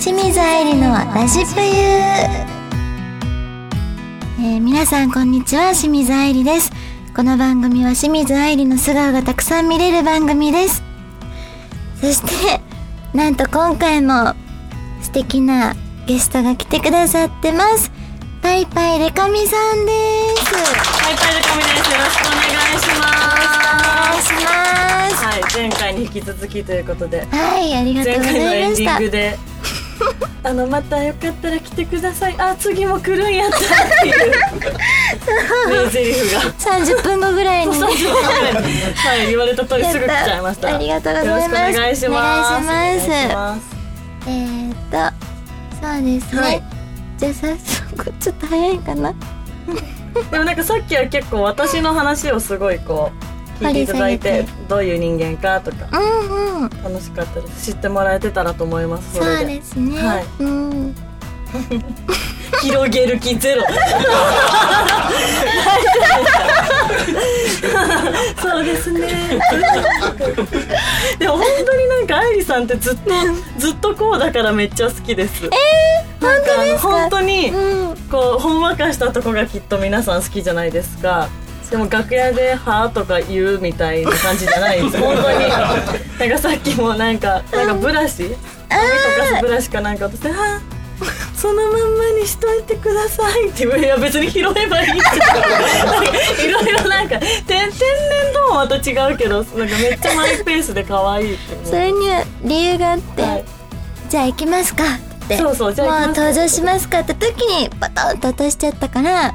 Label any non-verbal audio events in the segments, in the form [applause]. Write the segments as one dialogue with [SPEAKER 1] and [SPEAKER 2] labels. [SPEAKER 1] 清水愛理のラジプユー、えー皆さんこんにちは清水愛理ですこの番組は清水愛理の素顔がたくさん見れる番組ですそしてなんと今回も素敵なゲストが来てくださってますパイパイレカミさんです
[SPEAKER 2] ハイパイルカミです。よろしくお願いしま
[SPEAKER 1] お願いし
[SPEAKER 2] す。
[SPEAKER 1] ます
[SPEAKER 2] はい、前回に引き続きということで、
[SPEAKER 1] はいありがとうご
[SPEAKER 2] 前回の
[SPEAKER 1] ざい
[SPEAKER 2] エン
[SPEAKER 1] ま
[SPEAKER 2] デ
[SPEAKER 1] し
[SPEAKER 2] ィン [laughs]
[SPEAKER 1] た [laughs]
[SPEAKER 2] グで、あのまたよかったら来てください。あ、次も来るんやったって
[SPEAKER 1] [laughs]
[SPEAKER 2] いう名台詞が。
[SPEAKER 1] 30分後ぐらいにね
[SPEAKER 2] はい、言われた通りすぐ来ちゃいました。
[SPEAKER 1] やったありがとうございます
[SPEAKER 2] よろしくお願いします。
[SPEAKER 1] お願いします
[SPEAKER 2] す。
[SPEAKER 1] えー、っとそうですね、
[SPEAKER 2] はい
[SPEAKER 1] じゃあ早速ちょっと早いかな
[SPEAKER 2] でもなんかさっきは結構私の話をすごいこう聞いていただ
[SPEAKER 1] 掘
[SPEAKER 2] い
[SPEAKER 1] り
[SPEAKER 2] て
[SPEAKER 1] 下げ
[SPEAKER 2] どういう人間かとか
[SPEAKER 1] うんうん
[SPEAKER 2] 楽しかったです知ってもらえてたらと思いますそ
[SPEAKER 1] そう
[SPEAKER 2] れで
[SPEAKER 1] ですね、
[SPEAKER 2] はい
[SPEAKER 1] うん
[SPEAKER 2] 広げる気ゼロ [laughs] そうですね [laughs] でも本当になんか愛理さんってずっとずっとこうだからめっちゃ好きですえー、なんかあの本当に
[SPEAKER 1] うん
[SPEAKER 2] こうほんわかしたとこがきっと皆さん好きじゃないですかでも楽屋で「はあ」とか言うみたいな感じじゃないです本当になんかさっきもなんかなんかブラシ髪とかすブラシかなんか落として「はあ」そのまんまにしといてくださいっていや別に拾えばいいじゃんなんかいろいろなんか天天然ともまた違うけどなんかめっちゃマイペースで可愛いって思う
[SPEAKER 1] それには理由があって、
[SPEAKER 2] はい
[SPEAKER 1] じゃあ行きますかって
[SPEAKER 2] そうそうじゃあ行
[SPEAKER 1] もう
[SPEAKER 2] きますか
[SPEAKER 1] 登場しますかって時にパトンと落としちゃったから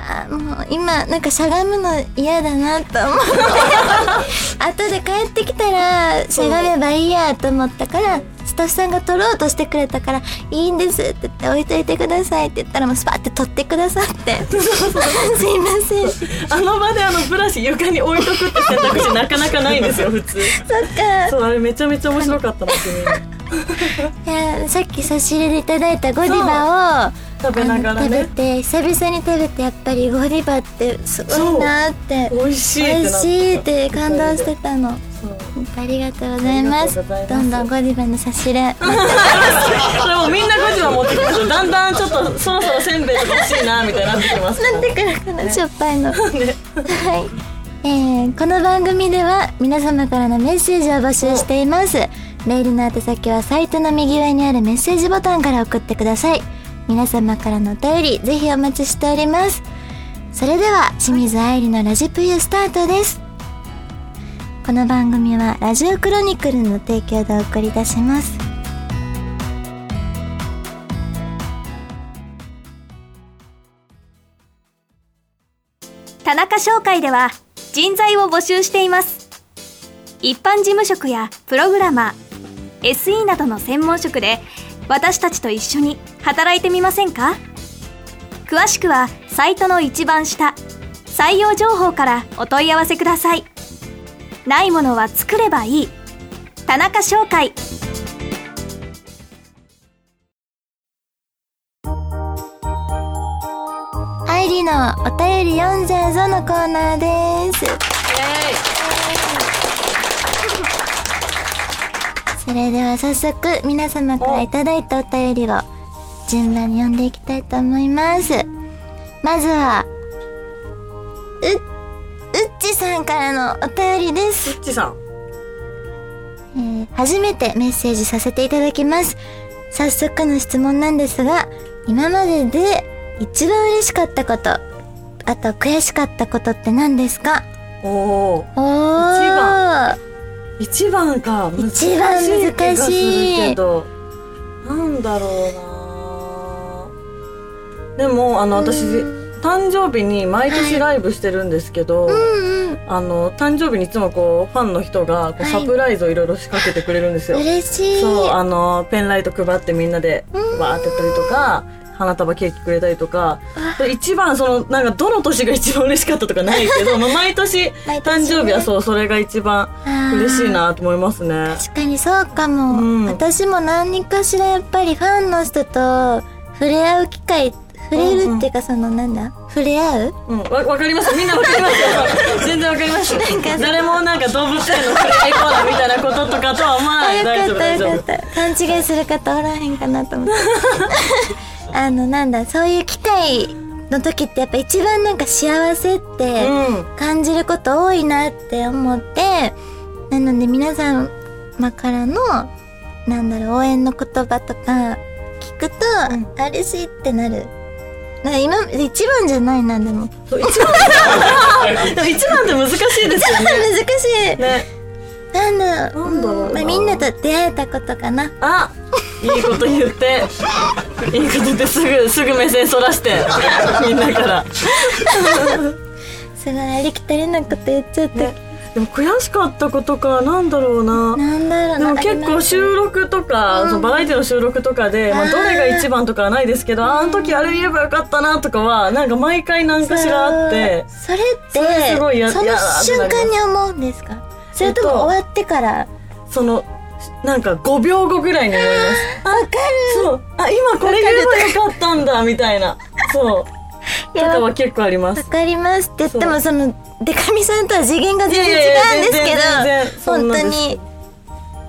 [SPEAKER 1] あもう今なんかしゃがむの嫌だなと思って [laughs] 後で帰ってきたらしゃがめばいいやと思ったからスタッフさんが取ろうとしてくれたから「いいんです」って言って「置いといてください」って言ったらもうスパッて取ってくださって [laughs] すいませんそっ
[SPEAKER 2] あの場であのブラシ床に置いとくって選択肢なかなかないんですよ普通
[SPEAKER 1] か
[SPEAKER 2] そうあれめちゃめちゃ面白かったな君
[SPEAKER 1] いやさっき差し入れでいただいたゴディバを
[SPEAKER 2] 食べながら
[SPEAKER 1] あの
[SPEAKER 2] ね
[SPEAKER 1] 食べて久々に食べてやっぱりゴディバってすごいなーって
[SPEAKER 2] 美味しいっ
[SPEAKER 1] 美味
[SPEAKER 2] てなっ
[SPEAKER 1] していって感動してたの
[SPEAKER 2] そう
[SPEAKER 1] ありがとうございます
[SPEAKER 2] ありがとうございます
[SPEAKER 1] どんどんゴディバの差
[SPEAKER 2] [laughs]
[SPEAKER 1] し入れ
[SPEAKER 2] それもみんなゴジラ持ってくるとだんだんちょっとそろそろせんべいとか欲しいなみたいになってきます
[SPEAKER 1] なんでくるかなしょっぱいの
[SPEAKER 2] なんで
[SPEAKER 1] はい、えーこの番組では皆様からのメッセージを募集していますメールの宛先はサイトの右上にあるメッセージボタンから送ってください皆様からのお便りぜひお待ちしておりますそれでは清水愛理のラジプユスタートですこの番組はラジオクロニクルの提供でお送りいたします
[SPEAKER 3] 田中商会では人材を募集しています一般事務職やプログラマー SE などの専門職で私たちと一緒に働いてみませんか詳しくはサイトの一番下採用情報からお問い合わせくださいないものは作ればいい田中商会
[SPEAKER 1] 愛理のお便り読んじゃうぞのコーナーですそれでは早速皆様からいただいたお便りを順番に読んでいきたいと思いますまずはううっちさんからのお便りです
[SPEAKER 2] うっちさん
[SPEAKER 1] えー初めてメッセージさせていただきます。早速の質問なんですが、今までで一番嬉しかったこと、あと悔しかったことって何ですか
[SPEAKER 2] おお
[SPEAKER 1] おー
[SPEAKER 2] 番一番か難しい
[SPEAKER 1] 一番難しい
[SPEAKER 2] 気がするけどなんだろうなでもあの私誕生日に毎年ライブしてるんですけど、
[SPEAKER 1] うんうん。
[SPEAKER 2] あの誕生日にいつもこうファンの人がこう
[SPEAKER 1] はい
[SPEAKER 2] サプライズをいろいろ仕掛けてくれるんですよ、
[SPEAKER 1] 嬉しい。
[SPEAKER 2] そうあのペンライト配ってみんなでわーってやったりとか花束ケーキくれたりとか一番そのなんかどの年が一番嬉しかったとかない
[SPEAKER 1] [laughs]
[SPEAKER 2] けど、まあ、毎年
[SPEAKER 1] 毎
[SPEAKER 2] 誕
[SPEAKER 1] 年ね
[SPEAKER 2] 生日はそうそれが一番
[SPEAKER 1] あー
[SPEAKER 2] 嬉しいなと思いますね
[SPEAKER 1] 確かにそうかも、
[SPEAKER 2] うん
[SPEAKER 1] 私も何かしらやっぱりファンの人と触れ合う機会触れるっていうかそのなんだ、触触れ合う
[SPEAKER 2] うん、わわかりますみんなわかりま
[SPEAKER 1] [laughs]
[SPEAKER 2] すよ全然わかります
[SPEAKER 1] なんか
[SPEAKER 2] 誰もなんか動物園の触れ合いコーナーみたいなこととかとは思わ
[SPEAKER 1] あ
[SPEAKER 2] ない大
[SPEAKER 1] よかっ
[SPEAKER 2] 丈夫
[SPEAKER 1] た
[SPEAKER 2] 大丈
[SPEAKER 1] よか
[SPEAKER 2] 夫
[SPEAKER 1] った勘違いする方おらへんかなと思って
[SPEAKER 2] [laughs]
[SPEAKER 1] あのなんだそういう機会の時ってやっぱ一番なんか幸せって
[SPEAKER 2] うん
[SPEAKER 1] 感じること多いなって思ってなので皆様からのなんだろう応援の言葉とか聞くと、あ嬉しいってなるなんか今一番じゃないなでも [laughs]
[SPEAKER 2] そう一番 [laughs] でも一番って難しいですよね
[SPEAKER 1] 難しい
[SPEAKER 2] ね
[SPEAKER 1] なんだろう
[SPEAKER 2] なんだろうな
[SPEAKER 1] うんまあ、みんなと出会えたことかな
[SPEAKER 2] あいいこと言っていいこと言ってすぐすぐ目線そらしてみんなから
[SPEAKER 1] すごいありきたりなこと言っちゃった、
[SPEAKER 2] でも悔しかったことかなんだろうな
[SPEAKER 1] なんだろう
[SPEAKER 2] で
[SPEAKER 1] な
[SPEAKER 2] も結構収録とか、そのバラエティの収録とかで、
[SPEAKER 1] あ
[SPEAKER 2] まあ、
[SPEAKER 1] ー
[SPEAKER 2] どれが一番とかはないですけどああの時あれ言えばよかったなとかはなんか毎回何かしらあって
[SPEAKER 1] それって
[SPEAKER 2] それすごいや
[SPEAKER 1] その
[SPEAKER 2] やだって
[SPEAKER 1] 瞬
[SPEAKER 2] なります
[SPEAKER 1] 間に思うんですかそれと
[SPEAKER 2] えっ
[SPEAKER 1] も
[SPEAKER 2] と
[SPEAKER 1] 終わってから
[SPEAKER 2] そのなんか5秒後ぐらいに思います
[SPEAKER 1] わか
[SPEAKER 2] そうあ今これ言えばよかったんだみたいなそう
[SPEAKER 1] る
[SPEAKER 2] とか
[SPEAKER 1] わ
[SPEAKER 2] は結構あります
[SPEAKER 1] かりますって言ってもそのデカミさんとは次元が全
[SPEAKER 2] いや
[SPEAKER 1] 然
[SPEAKER 2] いや
[SPEAKER 1] 違うん
[SPEAKER 2] いや全然
[SPEAKER 1] ですけど
[SPEAKER 2] 全然そん
[SPEAKER 1] 本
[SPEAKER 2] な
[SPEAKER 1] 当
[SPEAKER 2] んです
[SPEAKER 1] に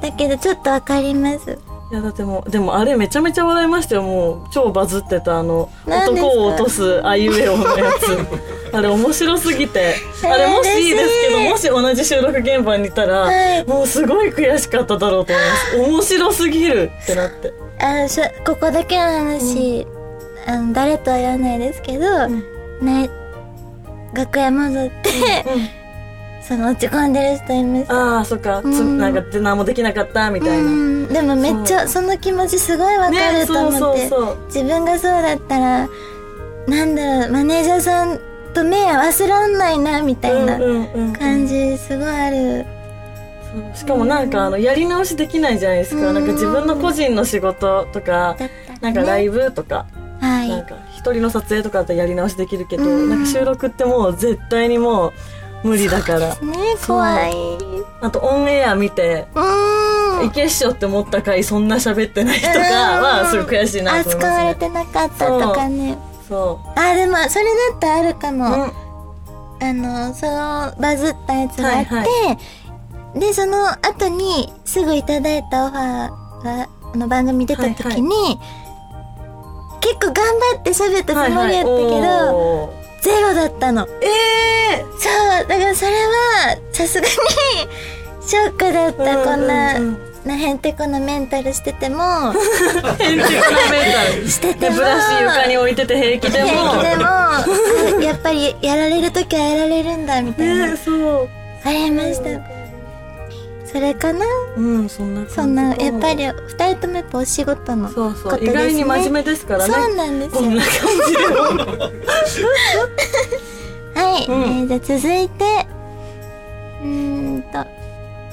[SPEAKER 1] だけどちょっとわかります
[SPEAKER 2] いやだってもうでもあれめちゃめちゃ笑いましたよもう超バズってたあの
[SPEAKER 1] 何です
[SPEAKER 2] 男
[SPEAKER 1] か
[SPEAKER 2] を落とすあいうえおのや
[SPEAKER 1] [laughs]
[SPEAKER 2] つあれ面白すぎてあれもしいいですけどもし同じ収録現場にいたら、
[SPEAKER 1] はい
[SPEAKER 2] もうすごい悔しかっただろうと思います
[SPEAKER 1] [laughs]
[SPEAKER 2] 面白すぎるってなって
[SPEAKER 1] あしょここだけの話、あの誰とは言わないですけど、ね楽屋戻って、その落ち込んでる人いました
[SPEAKER 2] ああそっか、つ
[SPEAKER 1] うん
[SPEAKER 2] なんかで何もできなかったみたいな、
[SPEAKER 1] うんでもめっちゃその気持ちすごいわかる
[SPEAKER 2] ね
[SPEAKER 1] と思
[SPEAKER 2] そ
[SPEAKER 1] っ
[SPEAKER 2] う
[SPEAKER 1] て、
[SPEAKER 2] そうそう
[SPEAKER 1] 自分がそうだったらなんだろうマネージャーさんと目合わせらんないなみたいな
[SPEAKER 2] うんうんうん
[SPEAKER 1] 感じすごいある、
[SPEAKER 2] しかもなんかあのやり直しできないじゃないですか、
[SPEAKER 1] うん
[SPEAKER 2] なんか自分の個人の仕事と
[SPEAKER 1] だ
[SPEAKER 2] か、
[SPEAKER 1] ったね
[SPEAKER 2] なんかライブとか、
[SPEAKER 1] は
[SPEAKER 2] なん
[SPEAKER 1] い
[SPEAKER 2] か一人の撮影とかだったらやり直しできるけど、
[SPEAKER 1] うん
[SPEAKER 2] なんか収録ってもう絶対にもう無理だから
[SPEAKER 1] ね怖いう
[SPEAKER 2] あとオンエア見て
[SPEAKER 1] ー
[SPEAKER 2] い
[SPEAKER 1] ん
[SPEAKER 2] けっしょって思った回そんな喋ってないとかはすごい悔しいなと思
[SPEAKER 1] 扱
[SPEAKER 2] います
[SPEAKER 1] われ
[SPEAKER 2] ね
[SPEAKER 1] てなかったとかね
[SPEAKER 2] そ
[SPEAKER 1] あでもそれだったらあるか
[SPEAKER 2] う、うん
[SPEAKER 1] も、あのそのバズったやつがあって、
[SPEAKER 2] はい
[SPEAKER 1] でその後にすぐいただいたオファーがあの番組出た時に、結構頑張って喋ったつもりやったけど、
[SPEAKER 2] おー
[SPEAKER 1] ゼロだったの
[SPEAKER 2] ええ
[SPEAKER 1] そうだからそれはさすがにショックだった、
[SPEAKER 2] うんうんうん
[SPEAKER 1] こんななへんてこなメンタルしてても
[SPEAKER 2] ー、変なメンタル
[SPEAKER 1] [laughs] してて
[SPEAKER 2] で
[SPEAKER 1] も
[SPEAKER 2] ブラシ床に置いてて平 [laughs] 気でも
[SPEAKER 1] 平気でもあやっぱりやられる時はやられるんだみたいな、
[SPEAKER 2] ねそう
[SPEAKER 1] ありましたそれかな
[SPEAKER 2] うんそんな感じ
[SPEAKER 1] そんな
[SPEAKER 2] かも
[SPEAKER 1] やっぱり二人ともやっぱお仕事の
[SPEAKER 2] そう
[SPEAKER 1] こ
[SPEAKER 2] そ
[SPEAKER 1] と
[SPEAKER 2] う、
[SPEAKER 1] ですね
[SPEAKER 2] 意外に真面目ですからね
[SPEAKER 1] そうなんですよ
[SPEAKER 2] こんな感じで
[SPEAKER 1] はい、
[SPEAKER 2] うん
[SPEAKER 1] えーじゃあ続いてうーんと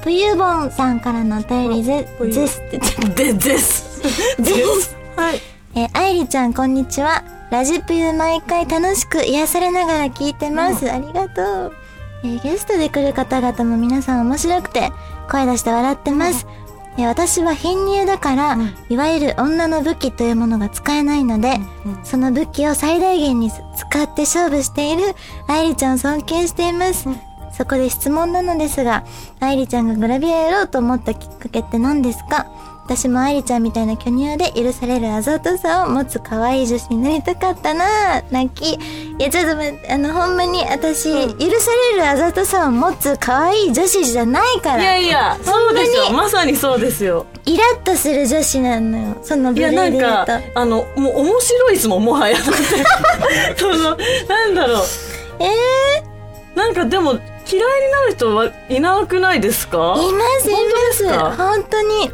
[SPEAKER 1] ぷゆぼんさんからのお便りぜ
[SPEAKER 2] ぷゆ
[SPEAKER 1] ですって言っちゃっ
[SPEAKER 2] でです。です。はい。
[SPEAKER 1] たえー、あいりちゃんこんにちはラジぷゆ毎回楽しく癒されながら聞いてます、ありがとう、えーゲストで来る方々も皆さん面白くて声出して笑ってます、えー私は貧乳だから、
[SPEAKER 2] うん
[SPEAKER 1] いわゆる女の武器というものが使えないので、その武器を最大限に使って勝負している愛理ちゃんを尊敬しています、そこで質問なのですが愛理ちゃんがグラビアやろうと思ったきっかけって何ですか私も愛理ちゃんみたいな巨乳で許されるあざとさを持つ可愛い女子になりたかったなぁ泣きいやちょっと待ってあのほんまに私、許されるあざとさを持つ可愛い女子じゃないか
[SPEAKER 2] い
[SPEAKER 1] ら
[SPEAKER 2] やいや、そうです
[SPEAKER 1] 本当
[SPEAKER 2] よ。まさにそうですよ。
[SPEAKER 1] イラッとする女子なのよその
[SPEAKER 2] い
[SPEAKER 1] ブレ
[SPEAKER 2] や、
[SPEAKER 1] ー
[SPEAKER 2] な
[SPEAKER 1] で
[SPEAKER 2] ん
[SPEAKER 1] 言う
[SPEAKER 2] か
[SPEAKER 1] と、
[SPEAKER 2] あの、もう面白いですもん、もはや。 [laughs] その、なんだろう。
[SPEAKER 1] えー、
[SPEAKER 2] なんかでも、嫌いになる人はいなくないですか
[SPEAKER 1] いますい
[SPEAKER 2] 本当
[SPEAKER 1] ま
[SPEAKER 2] ですすか
[SPEAKER 1] 本当に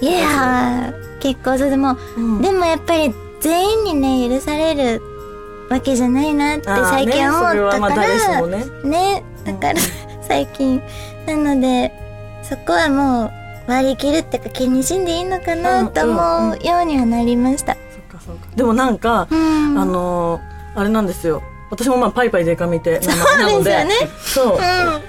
[SPEAKER 1] いやー結構そうでも、
[SPEAKER 2] うん
[SPEAKER 1] でもやっぱり全員にね許されるわけじゃないなって
[SPEAKER 2] あー
[SPEAKER 1] 最近
[SPEAKER 2] ねそれ
[SPEAKER 1] 思っ
[SPEAKER 2] は
[SPEAKER 1] た
[SPEAKER 2] まあ
[SPEAKER 1] か
[SPEAKER 2] 誰しも
[SPEAKER 1] ら
[SPEAKER 2] ね。
[SPEAKER 1] ねだから [laughs] 最近なのでそこはもう割り切るっていうか気にしんでいいのかなと思うようにはなりました
[SPEAKER 2] そっかそっかでもなんか、
[SPEAKER 1] うん
[SPEAKER 2] あのー、あれなんですよ。私もまあ、パイパイデカ見て、な
[SPEAKER 1] そうですよね
[SPEAKER 2] そう。
[SPEAKER 1] うん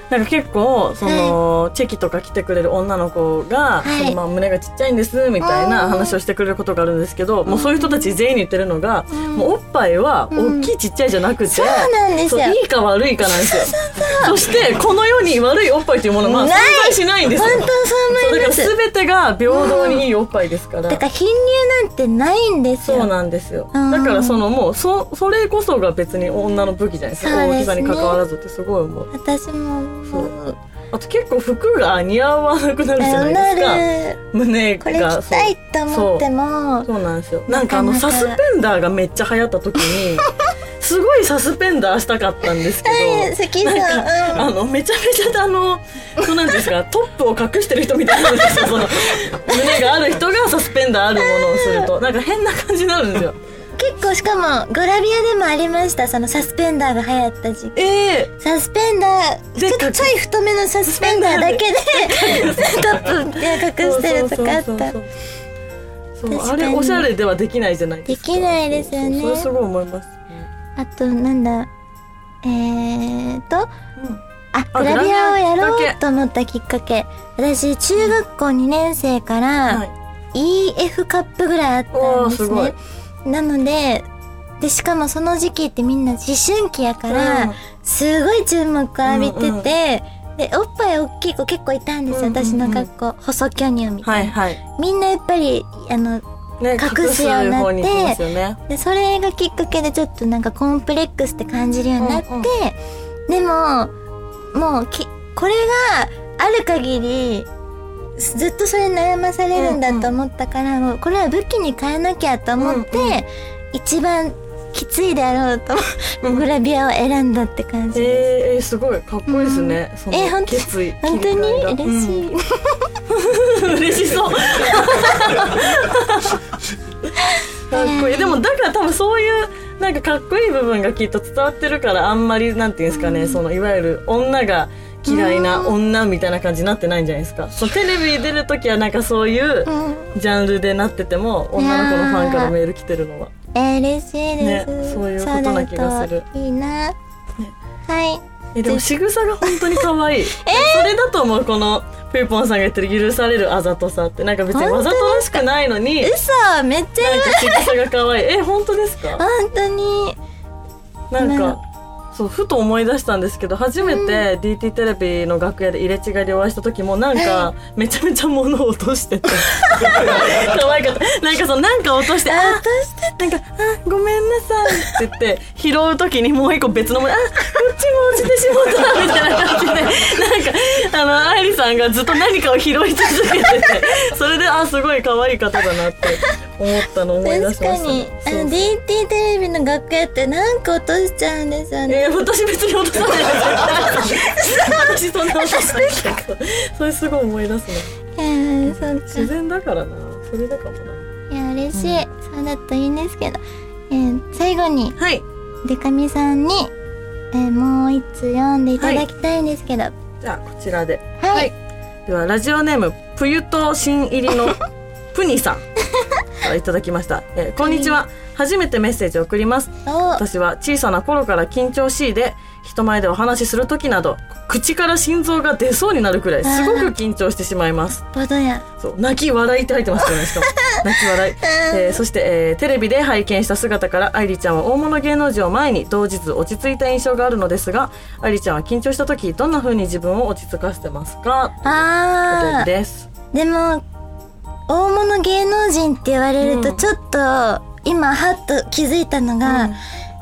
[SPEAKER 2] なんか結構その、チェキとか来てくれる女の子が、
[SPEAKER 1] はい
[SPEAKER 2] そのまあ胸がちっちゃいんですみたいな話をしてくれることがあるんですけど、もうそういう人たち全員に言ってるのが、もうおっぱいは大きいちっちゃいじゃなくて、そう
[SPEAKER 1] なんですよ
[SPEAKER 2] いいか悪いかなんですよそしてこの世に悪いおっぱいというものはまあ存
[SPEAKER 1] ない
[SPEAKER 2] 在しないんですよ
[SPEAKER 1] 本当そう
[SPEAKER 2] そう
[SPEAKER 1] 思
[SPEAKER 2] だ
[SPEAKER 1] い
[SPEAKER 2] か
[SPEAKER 1] ま
[SPEAKER 2] ら
[SPEAKER 1] す
[SPEAKER 2] 全てが平等にいいおっぱいですから、
[SPEAKER 1] だから貧乳なんてないんですよ
[SPEAKER 2] そうなんですよ
[SPEAKER 1] うん
[SPEAKER 2] だからそのもうそそれこそが別に女の武器じゃないですか
[SPEAKER 1] そうですね
[SPEAKER 2] 大きさに関わらずってすごい思う
[SPEAKER 1] 私も
[SPEAKER 2] そうあと結構服が似合わなくなるじゃ
[SPEAKER 1] な
[SPEAKER 2] ないですか
[SPEAKER 1] る
[SPEAKER 2] 胸
[SPEAKER 1] これ
[SPEAKER 2] が
[SPEAKER 1] 着
[SPEAKER 2] そう
[SPEAKER 1] たいと思っても
[SPEAKER 2] そうなんですよなんかあの
[SPEAKER 1] なか
[SPEAKER 2] サ
[SPEAKER 1] なか
[SPEAKER 2] スペンダーがめっちゃ流行った
[SPEAKER 1] [laughs]
[SPEAKER 2] 時にすごいサスペンダーしたかったんですけ
[SPEAKER 1] はい
[SPEAKER 2] ど
[SPEAKER 1] 好きそううん
[SPEAKER 2] あのめちゃめちゃあのそうなんですかトップを隠してる人みたいなんですよその胸がある人がサスペンダーあるものをす
[SPEAKER 1] [laughs]
[SPEAKER 2] るとなんか変な感じになるんですよ
[SPEAKER 1] 結構しかもグラビアでもありましたそのサスペンダーが流行った時期
[SPEAKER 2] ええ
[SPEAKER 1] サスペンダーち
[SPEAKER 2] で
[SPEAKER 1] ょちょい太めのサスペンダーだけでトップで隠してるとかあった
[SPEAKER 2] そう
[SPEAKER 1] 確
[SPEAKER 2] あ
[SPEAKER 1] か
[SPEAKER 2] れ
[SPEAKER 1] に
[SPEAKER 2] おしゃれではできないじゃないで
[SPEAKER 1] です
[SPEAKER 2] か
[SPEAKER 1] きないですよね
[SPEAKER 2] そうそれすごい思います、
[SPEAKER 1] あとなんだえーとあ
[SPEAKER 2] あ
[SPEAKER 1] グラビアをや
[SPEAKER 2] グラビア
[SPEAKER 1] ろ
[SPEAKER 2] だ
[SPEAKER 1] う
[SPEAKER 2] け
[SPEAKER 1] と思ったきっかけ私中学校2年生か
[SPEAKER 2] は
[SPEAKER 1] ら
[SPEAKER 2] い
[SPEAKER 1] EF カップぐらいあったんです
[SPEAKER 2] おー
[SPEAKER 1] ねなのででしかもその時期ってみんな思春期やから、
[SPEAKER 2] うん
[SPEAKER 1] すごい注目浴びてて、
[SPEAKER 2] うんうん
[SPEAKER 1] でおっぱい大きい子結構いたんですよ、
[SPEAKER 2] うんうんうん
[SPEAKER 1] 私の学校細巨乳みた
[SPEAKER 2] はいい
[SPEAKER 1] な、
[SPEAKER 2] はい
[SPEAKER 1] みんなやっぱりあの
[SPEAKER 2] ね
[SPEAKER 1] 隠すようになって
[SPEAKER 2] 方に行きますよね
[SPEAKER 1] でそれがきっかけでちょっとなんかコンプレックスって感じるようになって、
[SPEAKER 2] うんうん
[SPEAKER 1] でももうきこれがある限りすずっとそれに悩まされるんだと思ったから、もうこれは武器に変えなきゃと思って、
[SPEAKER 2] うんう
[SPEAKER 1] 一番きついであろうと
[SPEAKER 2] うん
[SPEAKER 1] グラビアを選んだって感じ、
[SPEAKER 2] えー、えーすごいかっこいいですね、その
[SPEAKER 1] え本当
[SPEAKER 2] 決意
[SPEAKER 1] 本当に嬉し
[SPEAKER 2] い、
[SPEAKER 1] い、
[SPEAKER 2] うん [laughs] 嬉し
[SPEAKER 1] [laughs]
[SPEAKER 2] そうかっこいいでもだから多分そういうなんかかっこいい部分がきっと伝わってるからあんまりなんていうんですかね、そのいわゆる女が嫌いな女みたいな感じになってないんじゃないですか、そうテレビに出る時はなんかそういう
[SPEAKER 1] うん
[SPEAKER 2] ジャンルでなってても女の子のファンからメール来てるのは
[SPEAKER 1] えー嬉しいです、
[SPEAKER 2] ねそういうことな気がする
[SPEAKER 1] そうだといいな、はい
[SPEAKER 2] えでも仕草が本当に可 [laughs] 愛い、それだと思うこのぷーぽんさんが言ってる許されるあざとさってなんか別にわざとらしくないのになんか
[SPEAKER 1] 嘘めっちゃ
[SPEAKER 2] 仕草が可愛いえ本当ですか
[SPEAKER 1] 本当に
[SPEAKER 2] なん
[SPEAKER 1] なん
[SPEAKER 2] かそうふと思い出したんですけど初めて DT テレビの楽屋で入れ違いでお会いした時もなんかめちゃめちゃ物を落として [laughs] て可愛かったなんかそうなんか落としてあ
[SPEAKER 1] 私た
[SPEAKER 2] なんか、あ、ごめんなさいって言って、拾うときにもう一個別のもの、あ、こっちも落ちてしまったみたいな感じで、なんか、あの、愛理さんがずっと何かを拾い続けてて、それで、あ、すごい可愛い方だなって思ったの思い出しま
[SPEAKER 1] 確
[SPEAKER 2] した。
[SPEAKER 1] かにあ
[SPEAKER 2] そう
[SPEAKER 1] の DT テレビの楽屋ってなんか落としちゃうんですよね
[SPEAKER 2] えー、私別に落とさないです。 [laughs] 私そんな落とさないですそれすごい思い出すね。
[SPEAKER 1] いやーそ
[SPEAKER 2] 自
[SPEAKER 1] っか
[SPEAKER 2] 然だからな。それだかもな。
[SPEAKER 1] いや嬉しい、そうだといいんですけど、えー最後に
[SPEAKER 2] はい。
[SPEAKER 1] デカミさんに、えーもう一通読んでいただきたいんですけどはい、
[SPEAKER 2] じゃあ、こちらで。ではラジオネームぷゆと新入 [laughs] りのぷにさんからいただきました、えーこんにちは初めてメッセージを送ります
[SPEAKER 1] お
[SPEAKER 2] 私は小さな頃から緊張しいで人前でお話しする時など口から心臓が出そうになるくらいすごく緊張してしまいます
[SPEAKER 1] ボドや
[SPEAKER 2] そう泣き笑いって入ってますよねしか [laughs] も泣き笑い、えーそして、えーテレビで拝見した姿から愛理ちゃんは大物芸能人を前に同日落ち着いた印象があるのですが愛理ちゃんは緊張した時どんな風に自分を落ち着かせてますかお便
[SPEAKER 1] あ
[SPEAKER 2] り
[SPEAKER 1] ー
[SPEAKER 2] です
[SPEAKER 1] でも大物芸能人って言われると
[SPEAKER 2] うん
[SPEAKER 1] ちょっと、今ハッと気づいたのが、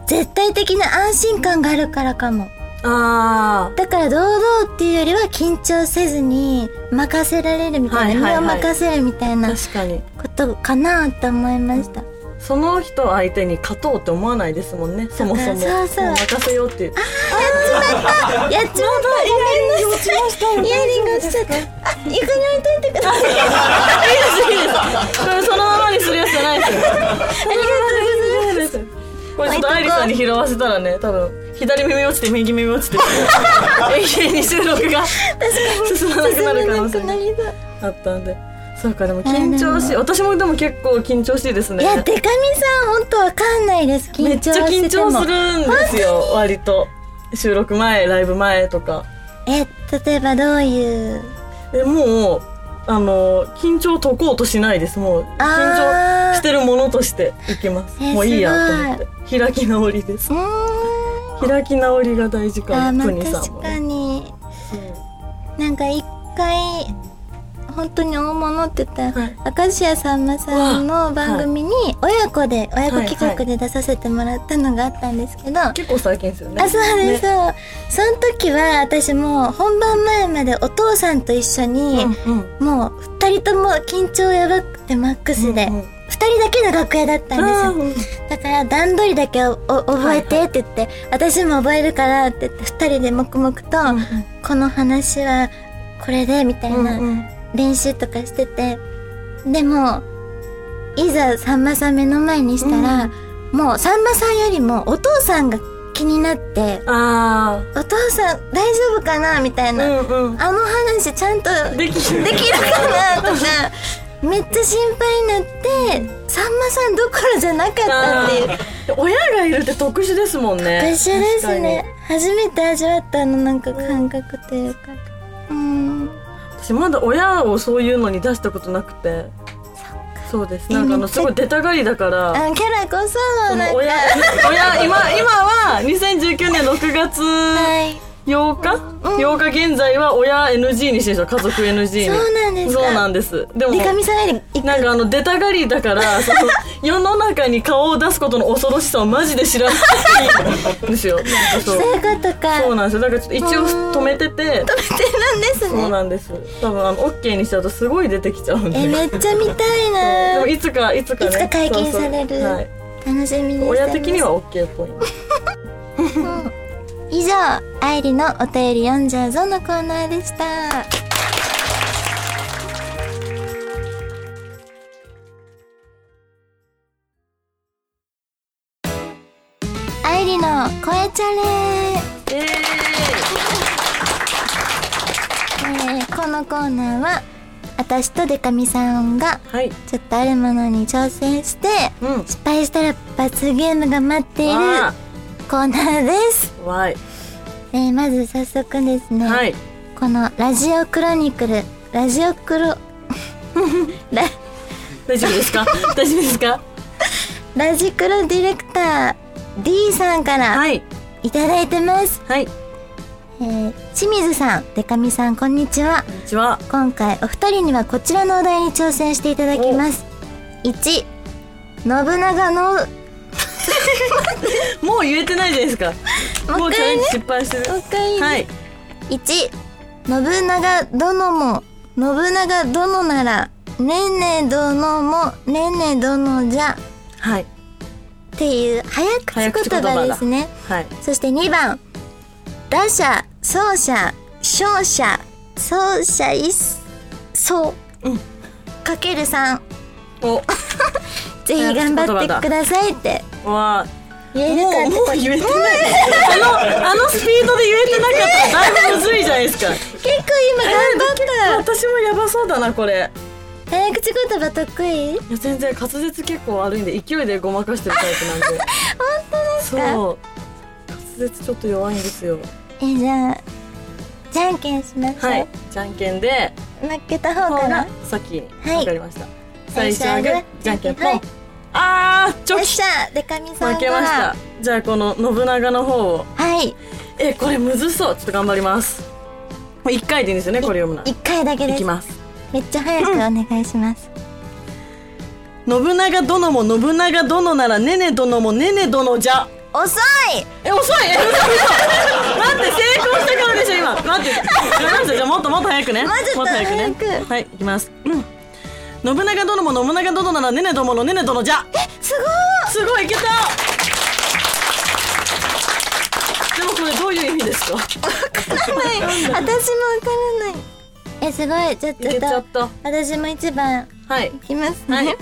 [SPEAKER 1] 絶対的な安心感があるからかも
[SPEAKER 2] あ
[SPEAKER 1] だから堂々っていうよりは緊張せずに任せられるみたいな、
[SPEAKER 2] はいはいはい
[SPEAKER 1] 身を任せるみたい
[SPEAKER 2] あ
[SPEAKER 1] なこ
[SPEAKER 2] 確かに
[SPEAKER 1] とかなって思いました
[SPEAKER 2] その人相手に勝とうって思わないですもんねそもそも
[SPEAKER 1] そうそう
[SPEAKER 2] も任せようってい
[SPEAKER 1] や
[SPEAKER 2] う
[SPEAKER 1] っちまったごめんなさいイヤリング落ちちゃったあ床に置いといてください
[SPEAKER 2] いいですこ [laughs] れそのままにするやつじゃないですよありがとうございますこれちょっと愛理さんに拾わせたらね多分左耳落ちて右
[SPEAKER 1] [laughs]
[SPEAKER 2] 耳落ちて永遠に収録が進まなくなる可能性
[SPEAKER 1] 進めなく
[SPEAKER 2] が
[SPEAKER 1] なりそう
[SPEAKER 2] あったんでそうかでも緊張しい私もでも結構緊張しいです
[SPEAKER 1] い
[SPEAKER 2] ね
[SPEAKER 1] やデカミさん本当わかんないです緊
[SPEAKER 2] め
[SPEAKER 1] 張
[SPEAKER 2] っちゃ緊
[SPEAKER 1] してて
[SPEAKER 2] 張
[SPEAKER 1] も
[SPEAKER 2] するんですよ割と収録前ライブ前とか
[SPEAKER 1] え例えばどういう
[SPEAKER 2] えもうあの緊張解こうとしないですもう緊
[SPEAKER 1] あー
[SPEAKER 2] 張してるものとしていきます
[SPEAKER 1] え
[SPEAKER 2] もういいやと
[SPEAKER 1] すごい
[SPEAKER 2] 思って開き直りです
[SPEAKER 1] うーん
[SPEAKER 2] 開き直りが大事
[SPEAKER 1] あ
[SPEAKER 2] か
[SPEAKER 1] ー
[SPEAKER 2] も
[SPEAKER 1] ま
[SPEAKER 2] プニ
[SPEAKER 1] あ
[SPEAKER 2] さん
[SPEAKER 1] 確
[SPEAKER 2] も
[SPEAKER 1] か
[SPEAKER 2] ね
[SPEAKER 1] になんか一回本当に大物って言ったら、
[SPEAKER 2] はい
[SPEAKER 1] 明石家さんまさんの番組に親子で、親子企
[SPEAKER 2] はいは
[SPEAKER 1] 画
[SPEAKER 2] い
[SPEAKER 1] で出させてもらったのがあったんですけど、
[SPEAKER 2] 結構最近ですよね
[SPEAKER 1] あそうです、
[SPEAKER 2] ね
[SPEAKER 1] そうその時は私もう本番前までお父さんと一緒に、
[SPEAKER 2] うんうん
[SPEAKER 1] もう二人とも緊張やばくてマックスで、二
[SPEAKER 2] うんうん
[SPEAKER 1] 人だけの楽屋だった
[SPEAKER 2] あ
[SPEAKER 1] んですよ
[SPEAKER 2] ーうん
[SPEAKER 1] だから段取りだけをお覚えてって言って、私も覚えるからって言って二人で黙々と、この話はこれでみたい
[SPEAKER 2] うんう
[SPEAKER 1] なん練習とかしてて、でもいざさんまさん目の前にしたら、もうさんまさんよりもお父さんが気になって
[SPEAKER 2] あ
[SPEAKER 1] 「お父さん大丈夫かな?」みたい
[SPEAKER 2] ー
[SPEAKER 1] な、
[SPEAKER 2] うんうん
[SPEAKER 1] あの話ちゃんとで
[SPEAKER 2] できる
[SPEAKER 1] きるかなとか。めっちゃ心配になって、さんまさんどころじゃなかったっていう
[SPEAKER 2] あー親がいるって特殊ですもんね
[SPEAKER 1] 一緒ですね初めて味わったあのなんか感覚というかうん
[SPEAKER 2] 確かに私まだ親をそういうのに出したことなくてそうですなんかあのすごい出たがりだから
[SPEAKER 1] あキャラこそなん
[SPEAKER 2] 親
[SPEAKER 1] かは [laughs]
[SPEAKER 2] 親今今は2019年6月
[SPEAKER 1] い
[SPEAKER 2] 8日、8日現在は親 NG にしてるんですよ家族 NG に
[SPEAKER 1] そうなんですか
[SPEAKER 2] そうなんですでも
[SPEAKER 1] でかみさんよりいく
[SPEAKER 2] なんかあの出たがりだから
[SPEAKER 1] [laughs]
[SPEAKER 2] その世の中に顔を出すことの恐ろしさをマジで知らないんですよなんかそう
[SPEAKER 1] そういうことか
[SPEAKER 2] そうなんですよだからちょっと一応止めてて
[SPEAKER 1] 止めてるんです
[SPEAKER 2] そう
[SPEAKER 1] ね
[SPEAKER 2] なんです多分あの OK にしちゃうとすごい出てきちゃうんで
[SPEAKER 1] えめっちゃ見
[SPEAKER 2] で
[SPEAKER 1] たいな
[SPEAKER 2] も
[SPEAKER 1] い
[SPEAKER 2] つかいつかね
[SPEAKER 1] いつか解禁
[SPEAKER 2] そうそう
[SPEAKER 1] される
[SPEAKER 2] はい、
[SPEAKER 1] 楽しみにしてます
[SPEAKER 2] 親的には OK っぽい
[SPEAKER 1] [laughs]
[SPEAKER 2] な
[SPEAKER 1] 以上愛理のお便り読んじゃうぞのコーナーでした愛理の声チャレンえ
[SPEAKER 2] え
[SPEAKER 1] ーこのコーナーは私とデカミさんが
[SPEAKER 2] はい
[SPEAKER 1] ちょっとあるものに挑戦して
[SPEAKER 2] うん
[SPEAKER 1] 失敗したら罰ゲームが待っている
[SPEAKER 2] わ
[SPEAKER 1] コーナーです、
[SPEAKER 2] あわい
[SPEAKER 1] えーまず早速ですね、
[SPEAKER 2] はい
[SPEAKER 1] このラジオクロニクルラジオクロラ
[SPEAKER 2] 大丈夫です
[SPEAKER 1] [laughs]
[SPEAKER 2] か大丈夫ですか
[SPEAKER 1] ラジクロディレクター D さんから
[SPEAKER 2] はい
[SPEAKER 1] いただいてます、
[SPEAKER 2] はいこ
[SPEAKER 1] えー清水さんデカミさんこんにちは
[SPEAKER 2] んにちは
[SPEAKER 1] 今回お二人にはこちらのお題に挑戦していただきます1信長の
[SPEAKER 2] もう言えてないじゃないですかも
[SPEAKER 1] もう
[SPEAKER 2] う
[SPEAKER 1] 一
[SPEAKER 2] チャ
[SPEAKER 1] 回
[SPEAKER 2] レン
[SPEAKER 1] ね
[SPEAKER 2] ジ失敗してる
[SPEAKER 1] もう一回
[SPEAKER 2] はい
[SPEAKER 1] 1信長殿も信長殿ならねんね殿もねんね殿じゃ
[SPEAKER 2] はい
[SPEAKER 1] っていう早口言葉ですね
[SPEAKER 2] はい
[SPEAKER 1] そして2番打者走者勝者走者一走、
[SPEAKER 2] うん
[SPEAKER 1] かける3
[SPEAKER 2] お
[SPEAKER 1] ぜひ頑張ってくださいって
[SPEAKER 2] わあ
[SPEAKER 1] 言える
[SPEAKER 2] もう
[SPEAKER 1] かって
[SPEAKER 2] もう
[SPEAKER 1] [laughs]
[SPEAKER 2] 言えてないあのあのスピードで言えてなかったらだいぶむずいじゃないです
[SPEAKER 1] [laughs]
[SPEAKER 2] か
[SPEAKER 1] 結構今頑張った
[SPEAKER 2] 私もやばそうだなこれ
[SPEAKER 1] 早口言葉得意
[SPEAKER 2] いや全然滑舌結構悪いんで勢いでごまかしてるタイプ
[SPEAKER 1] [laughs]
[SPEAKER 2] なんで本当ですかそう滑舌ちょっと弱いんですよ
[SPEAKER 1] えじゃあじゃんけんしましょう、
[SPEAKER 2] はいじゃんけんで
[SPEAKER 1] 負けた方
[SPEAKER 2] 方
[SPEAKER 1] から
[SPEAKER 2] が先に
[SPEAKER 1] はい
[SPEAKER 2] わかりました
[SPEAKER 1] 最
[SPEAKER 2] 最
[SPEAKER 1] 初
[SPEAKER 2] 初
[SPEAKER 1] は
[SPEAKER 2] は
[SPEAKER 1] グ
[SPEAKER 2] グ
[SPEAKER 1] ー
[SPEAKER 2] ーじゃんけんポン、
[SPEAKER 1] はい
[SPEAKER 2] あーチ
[SPEAKER 1] よ
[SPEAKER 2] ョ
[SPEAKER 1] っ
[SPEAKER 2] キ
[SPEAKER 1] しゃでかみさん
[SPEAKER 2] 負けましたじゃあこの信長の方を
[SPEAKER 1] たはい
[SPEAKER 2] えこれむずそうちょっと頑張りますもう1回でいいんですよねこれ読むの
[SPEAKER 1] 一回だけ
[SPEAKER 2] い
[SPEAKER 1] で
[SPEAKER 2] き
[SPEAKER 1] す
[SPEAKER 2] ます
[SPEAKER 1] めっちゃ早くお願いします、
[SPEAKER 2] 信長殿も信長殿ならねね殿もねね殿じゃ
[SPEAKER 1] 遅い
[SPEAKER 2] え遅いえ嘘嘘待って成功したからでしょ今待ってじゃあ待ってじゃあもっともっと早くね
[SPEAKER 1] もうちょっと
[SPEAKER 2] もっと早く
[SPEAKER 1] 早
[SPEAKER 2] ねはい行きます、うん信長殿も信長殿ならねね殿のねね殿じゃ
[SPEAKER 1] す
[SPEAKER 2] すごいいけたでもこれどういう意味ですか
[SPEAKER 1] ごい私もわからないえすごいちょっと
[SPEAKER 2] いけちゃった
[SPEAKER 1] 私も一番
[SPEAKER 2] はい
[SPEAKER 1] いきますね、
[SPEAKER 2] はい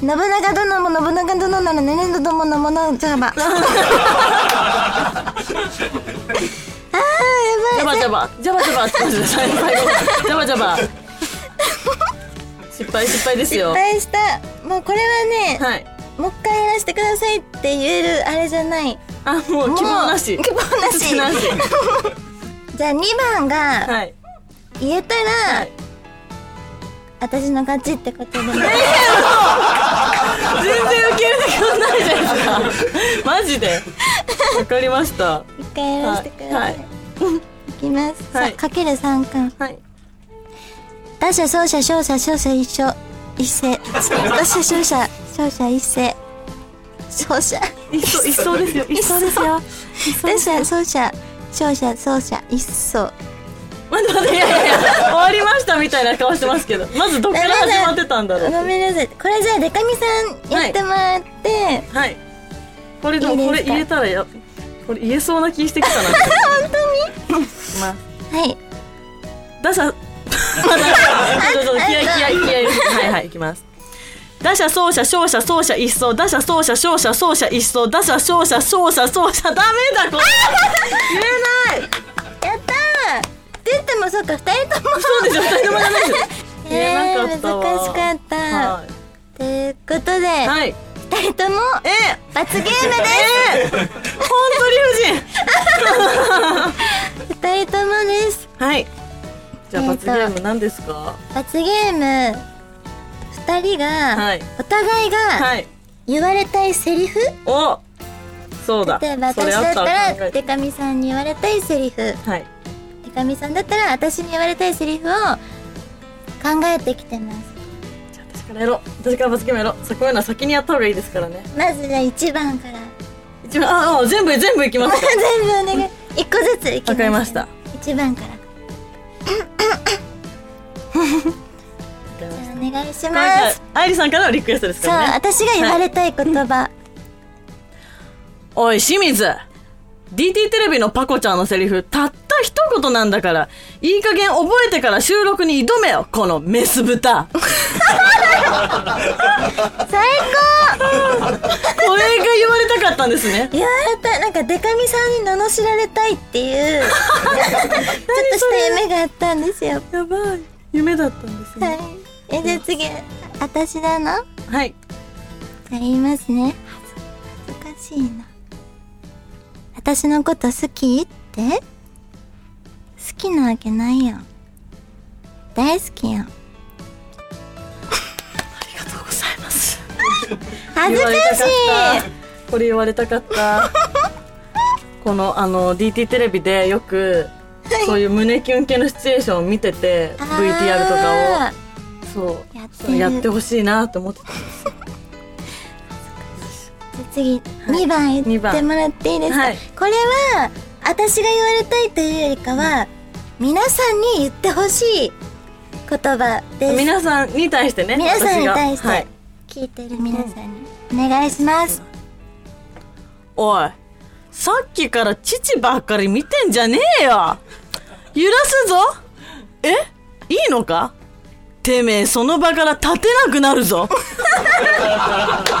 [SPEAKER 1] 信長殿も信長殿ならねねどものものじ
[SPEAKER 2] [laughs]
[SPEAKER 1] ゃばあーやばい
[SPEAKER 2] ジャバジャバジャバジャバって感じで最後ジャバジャバ失敗失敗です
[SPEAKER 1] 失
[SPEAKER 2] よ
[SPEAKER 1] 敗したもうこれはね、
[SPEAKER 2] はい
[SPEAKER 1] もう一回やらせてくださいって言えるあれじゃない
[SPEAKER 2] あもう希望なし
[SPEAKER 1] もう希望なし
[SPEAKER 2] 希望なし
[SPEAKER 1] じゃあ2番が
[SPEAKER 2] [laughs] はい
[SPEAKER 1] 言えたら、
[SPEAKER 2] い
[SPEAKER 1] 私の勝ちってことでね
[SPEAKER 2] 全然受け入れてくれないじゃないですかマジでわかりました
[SPEAKER 1] 一回やらせてください、
[SPEAKER 2] はいはい
[SPEAKER 1] いきます、さあ
[SPEAKER 2] はい
[SPEAKER 1] かける三冠
[SPEAKER 2] はい
[SPEAKER 1] 打者走者勝者勝者一生一斉打者勝者勝者一斉勝者
[SPEAKER 2] いそういそうですよいそうですよ
[SPEAKER 1] 打者走者勝者走者一走
[SPEAKER 2] 待って待っていやいやいや終わりましたみたいな顔してますけどまずどっから始まってたんだろう
[SPEAKER 1] ごめんなさいこれじゃあデカミさんやってもらって、
[SPEAKER 2] はいこれでもこ
[SPEAKER 1] い
[SPEAKER 2] れ
[SPEAKER 1] いですか
[SPEAKER 2] 言えたらやこれ言えそうな気してきたな本当にまあ
[SPEAKER 1] はい、 [laughs]
[SPEAKER 2] 打者ちょっと気合い気合い気合いはいはいいきます打者走者勝者走者一走打者走者勝者走者一走打者勝者勝者走者ダメだこれ言えない
[SPEAKER 1] やったーって言ってもそうか二人とも
[SPEAKER 2] そうですよ二人ともダメです言えな
[SPEAKER 1] [laughs]
[SPEAKER 2] か
[SPEAKER 1] えー、
[SPEAKER 2] ったわ
[SPEAKER 1] 難しかった、
[SPEAKER 2] は
[SPEAKER 1] ということで、
[SPEAKER 2] い、はい、
[SPEAKER 1] 二人とも
[SPEAKER 2] えー
[SPEAKER 1] 罰ゲームです
[SPEAKER 2] 本当理不尽
[SPEAKER 1] 二人ともです
[SPEAKER 2] はいじゃあ
[SPEAKER 1] えーと
[SPEAKER 2] 罰ゲーム何ですか
[SPEAKER 1] 罰ゲーム二人が、
[SPEAKER 2] はい
[SPEAKER 1] お互いが
[SPEAKER 2] はい
[SPEAKER 1] 言われたいセリフ、
[SPEAKER 2] おそうだ
[SPEAKER 1] 例えば
[SPEAKER 2] それ
[SPEAKER 1] 私
[SPEAKER 2] あ
[SPEAKER 1] だった
[SPEAKER 2] ら考
[SPEAKER 1] ら
[SPEAKER 2] えて
[SPEAKER 1] デカミさんに言われたいセリフデ
[SPEAKER 2] はい
[SPEAKER 1] カミさんだったら私に言われたいセリフを考えてきてます
[SPEAKER 2] じゃあ私からやろう私から罰ゲームやろうそこういうのは先にやった方がいいですからね
[SPEAKER 1] まずじゃあ一番から
[SPEAKER 2] 一番ああ全部全部いきま
[SPEAKER 1] [laughs]
[SPEAKER 2] すか
[SPEAKER 1] 全部お願い一個ずついきます
[SPEAKER 2] わかりました
[SPEAKER 1] 一番からじゃあお
[SPEAKER 2] わかりまし
[SPEAKER 1] 願いした
[SPEAKER 2] はい
[SPEAKER 1] ま
[SPEAKER 2] はい
[SPEAKER 1] す
[SPEAKER 2] 愛理さんからのリクエストですか
[SPEAKER 1] そう
[SPEAKER 2] らね
[SPEAKER 1] 私が言われたい言葉、
[SPEAKER 2] おい清水 DT テレビのパコちゃんのセリフたった一言なんだからいい加減覚えてから収録に挑めよこのメス豚
[SPEAKER 1] [laughs]
[SPEAKER 2] こ
[SPEAKER 1] 最高
[SPEAKER 2] れが言われたかったんですね
[SPEAKER 1] 言われたいなんかデカミさんに罵られたいって
[SPEAKER 2] [laughs]
[SPEAKER 1] いうちょっとした夢があったんですよ
[SPEAKER 2] やばい夢だったんです
[SPEAKER 1] はい
[SPEAKER 2] ね。
[SPEAKER 1] え、じゃあ次、私だな。
[SPEAKER 2] はい
[SPEAKER 1] じゃあ言いますね。恥ずかしいな。私のこと好きって好きなわけないよ。大好きよ。
[SPEAKER 2] ありがとうございます
[SPEAKER 1] 恥ずかしい
[SPEAKER 2] これ言われたかったこのあの DT テレビでよくそういう胸キュン系のシチュエーションを見てて VTR とかを
[SPEAKER 1] を。
[SPEAKER 2] そう
[SPEAKER 1] やってる
[SPEAKER 2] そうやってほしいなと思ってた
[SPEAKER 1] じゃあ次、2番言ってもらっていいですか、
[SPEAKER 2] はい
[SPEAKER 1] これは、私が言われたいというよりかは、皆さんに言ってほしい言葉です。
[SPEAKER 2] 皆さんに対してね
[SPEAKER 1] 皆さんに
[SPEAKER 2] 私が
[SPEAKER 1] 対し
[SPEAKER 2] は
[SPEAKER 1] て、
[SPEAKER 2] い
[SPEAKER 1] 聞いてる皆さんに、お願いします。
[SPEAKER 2] おいさっきから父ばっかり見てんじゃねえよ揺らすぞえいいのかてめえその場から立てなくなる [laughs] ぞこれ言ってほしい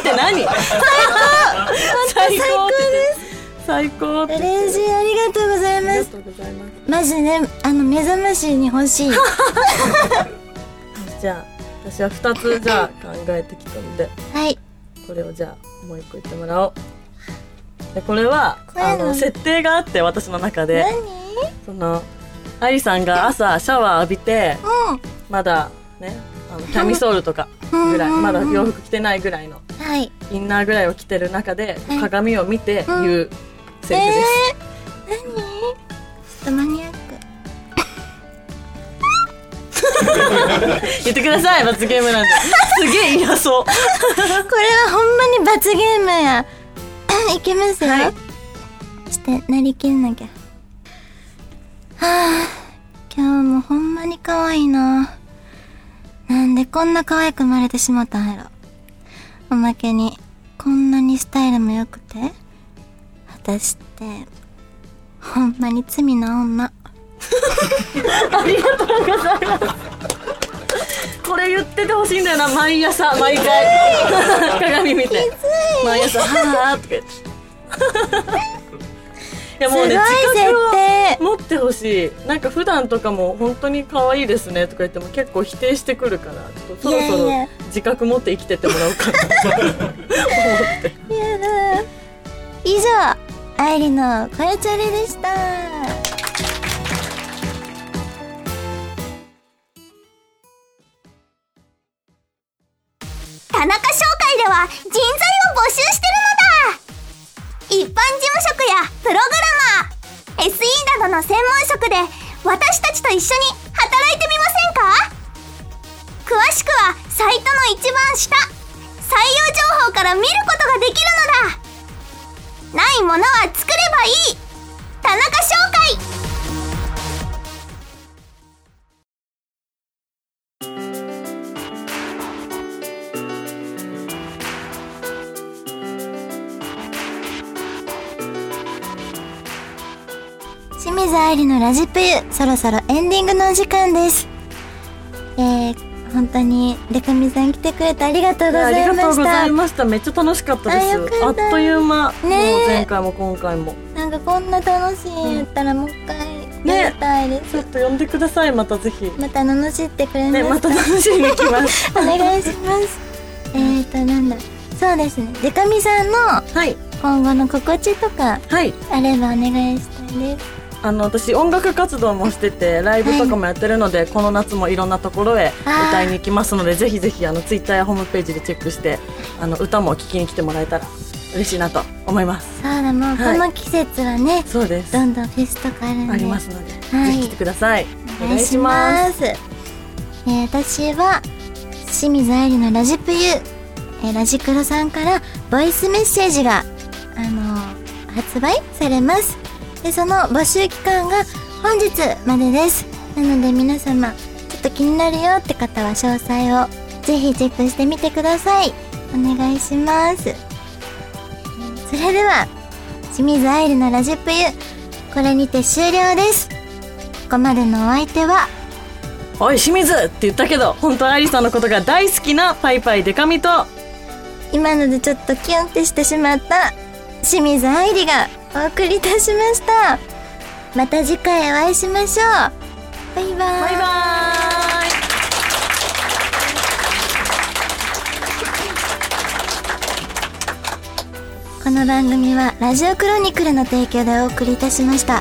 [SPEAKER 2] って何最高最高です最高
[SPEAKER 1] 嬉しい、ありがとうございます。
[SPEAKER 2] とうございま
[SPEAKER 1] マジね、あの、目覚ましに欲しい。は
[SPEAKER 2] すじゃあ私は2つじゃあ考えてきたので
[SPEAKER 1] い。
[SPEAKER 2] これをじゃあもう一個言ってもらおうでこれは
[SPEAKER 1] これ
[SPEAKER 2] あ
[SPEAKER 1] な
[SPEAKER 2] の
[SPEAKER 1] ん
[SPEAKER 2] 設定があって私の中で
[SPEAKER 1] 何
[SPEAKER 2] そのアリさんが朝シャワー浴びて
[SPEAKER 1] うん。
[SPEAKER 2] まだねあのキャミソールとか
[SPEAKER 1] うん
[SPEAKER 2] ぐらい
[SPEAKER 1] うん
[SPEAKER 2] まだ洋服着てないぐらいの
[SPEAKER 1] はい。
[SPEAKER 2] インナーぐらいを着てる中で
[SPEAKER 1] はい
[SPEAKER 2] 鏡を見て言うセリフ
[SPEAKER 1] え
[SPEAKER 2] です、
[SPEAKER 1] ー、何ちょっとマニアック。
[SPEAKER 2] 言ってください罰ゲームなんてすげえ嫌そう
[SPEAKER 1] これはほんまに罰ゲームや。 [coughs] いきますよ。
[SPEAKER 2] はい
[SPEAKER 1] ちょっと、なりきんなきゃ。はあ、今日もほんまに可愛いな。なんでこんな可愛く生まれてしまったんやろ。おまけに、こんなにスタイルも良くて。私って、ほんまに罪な女。
[SPEAKER 2] これ言っててほしいんだよな毎朝毎回 [laughs] 鏡見て毎朝「はーとか
[SPEAKER 1] [laughs]
[SPEAKER 2] 言っていや
[SPEAKER 1] すご
[SPEAKER 2] もう
[SPEAKER 1] い設
[SPEAKER 2] ね自覚を
[SPEAKER 1] 定
[SPEAKER 2] 持ってほしいなんか普段とかも本当に可愛いですねとか言っても結構否定してくるからちょっとそろそ
[SPEAKER 1] いやい
[SPEAKER 2] ろ
[SPEAKER 1] や
[SPEAKER 2] 自覚持って生きてってもらおうか
[SPEAKER 1] い
[SPEAKER 2] な
[SPEAKER 1] やだ以上愛理のこやちゃりでした
[SPEAKER 3] 田中商会では人材を募集してるのだ一般事務職やプログラマー SE などの専門職で私たちと一緒に働いてみませんか詳しくはサイトの一番下採用情報から見ることができるのだないものは作ればいい田中商会
[SPEAKER 1] 清水愛理のラジプユそろそろエンディングのお時間ですえー、本当にでかみさん来てくれ [laughs] てありがとうご
[SPEAKER 2] あ
[SPEAKER 1] ざい
[SPEAKER 2] りがと
[SPEAKER 1] ま
[SPEAKER 2] う
[SPEAKER 1] し
[SPEAKER 2] ござ
[SPEAKER 1] た
[SPEAKER 2] いましためっちゃ楽しかったです
[SPEAKER 1] あよか
[SPEAKER 2] あ
[SPEAKER 1] っ
[SPEAKER 2] ったという間、
[SPEAKER 1] ねえ
[SPEAKER 2] もう前回も今回も
[SPEAKER 1] なんかこんな楽しいんやったらもう一回やりたいです、
[SPEAKER 2] ちょっと呼んでくださいまたぜひ
[SPEAKER 1] また罵ってくれ
[SPEAKER 2] ね
[SPEAKER 1] ま
[SPEAKER 2] ます
[SPEAKER 1] か、
[SPEAKER 2] た楽しみに来ます
[SPEAKER 1] お願いし
[SPEAKER 2] [laughs]
[SPEAKER 1] ますえっとなんだそうですねでかみさんの
[SPEAKER 2] はい
[SPEAKER 1] 今後の心地とか
[SPEAKER 2] はい
[SPEAKER 1] あればお願いしたいです
[SPEAKER 2] あの私音楽活動もしててライブとかもやってるので、この夏もいろんなところへ
[SPEAKER 1] あー
[SPEAKER 2] 歌いに行きますのでぜひぜひあのツイッターやホームページでチェックしてあの歌も聴きに来てもらえたら嬉しいなと思います
[SPEAKER 1] そうだもうこ
[SPEAKER 2] はい
[SPEAKER 1] の季節はね、
[SPEAKER 2] そうです
[SPEAKER 1] ど
[SPEAKER 2] あ
[SPEAKER 1] んどんフェスとかあるんで
[SPEAKER 2] りますので、
[SPEAKER 1] はい
[SPEAKER 2] ぜひ来てください
[SPEAKER 1] お願いしますえー私は清水愛理のラジプユ、えーラジクロさんからボイスメッセージが、あのー発売されますでその募集期間が本日までですなので皆様ちょっと気になるよって方は詳細をぜひチェックしてみてくださいお願いしますえーそれでは清水愛理のラジプユこれにて終了ですここまでのお相手は
[SPEAKER 2] おい清水って言ったけど本当はアリさんのことが大好きなパイパイデカミと
[SPEAKER 1] 今のでちょっとキュンってしてしまった清水愛理がお送りいたしましたまた次回お会いしましょうバイバイ
[SPEAKER 2] バイバーイ
[SPEAKER 1] この番組はラジオクロニクルの提供でお送りいたしました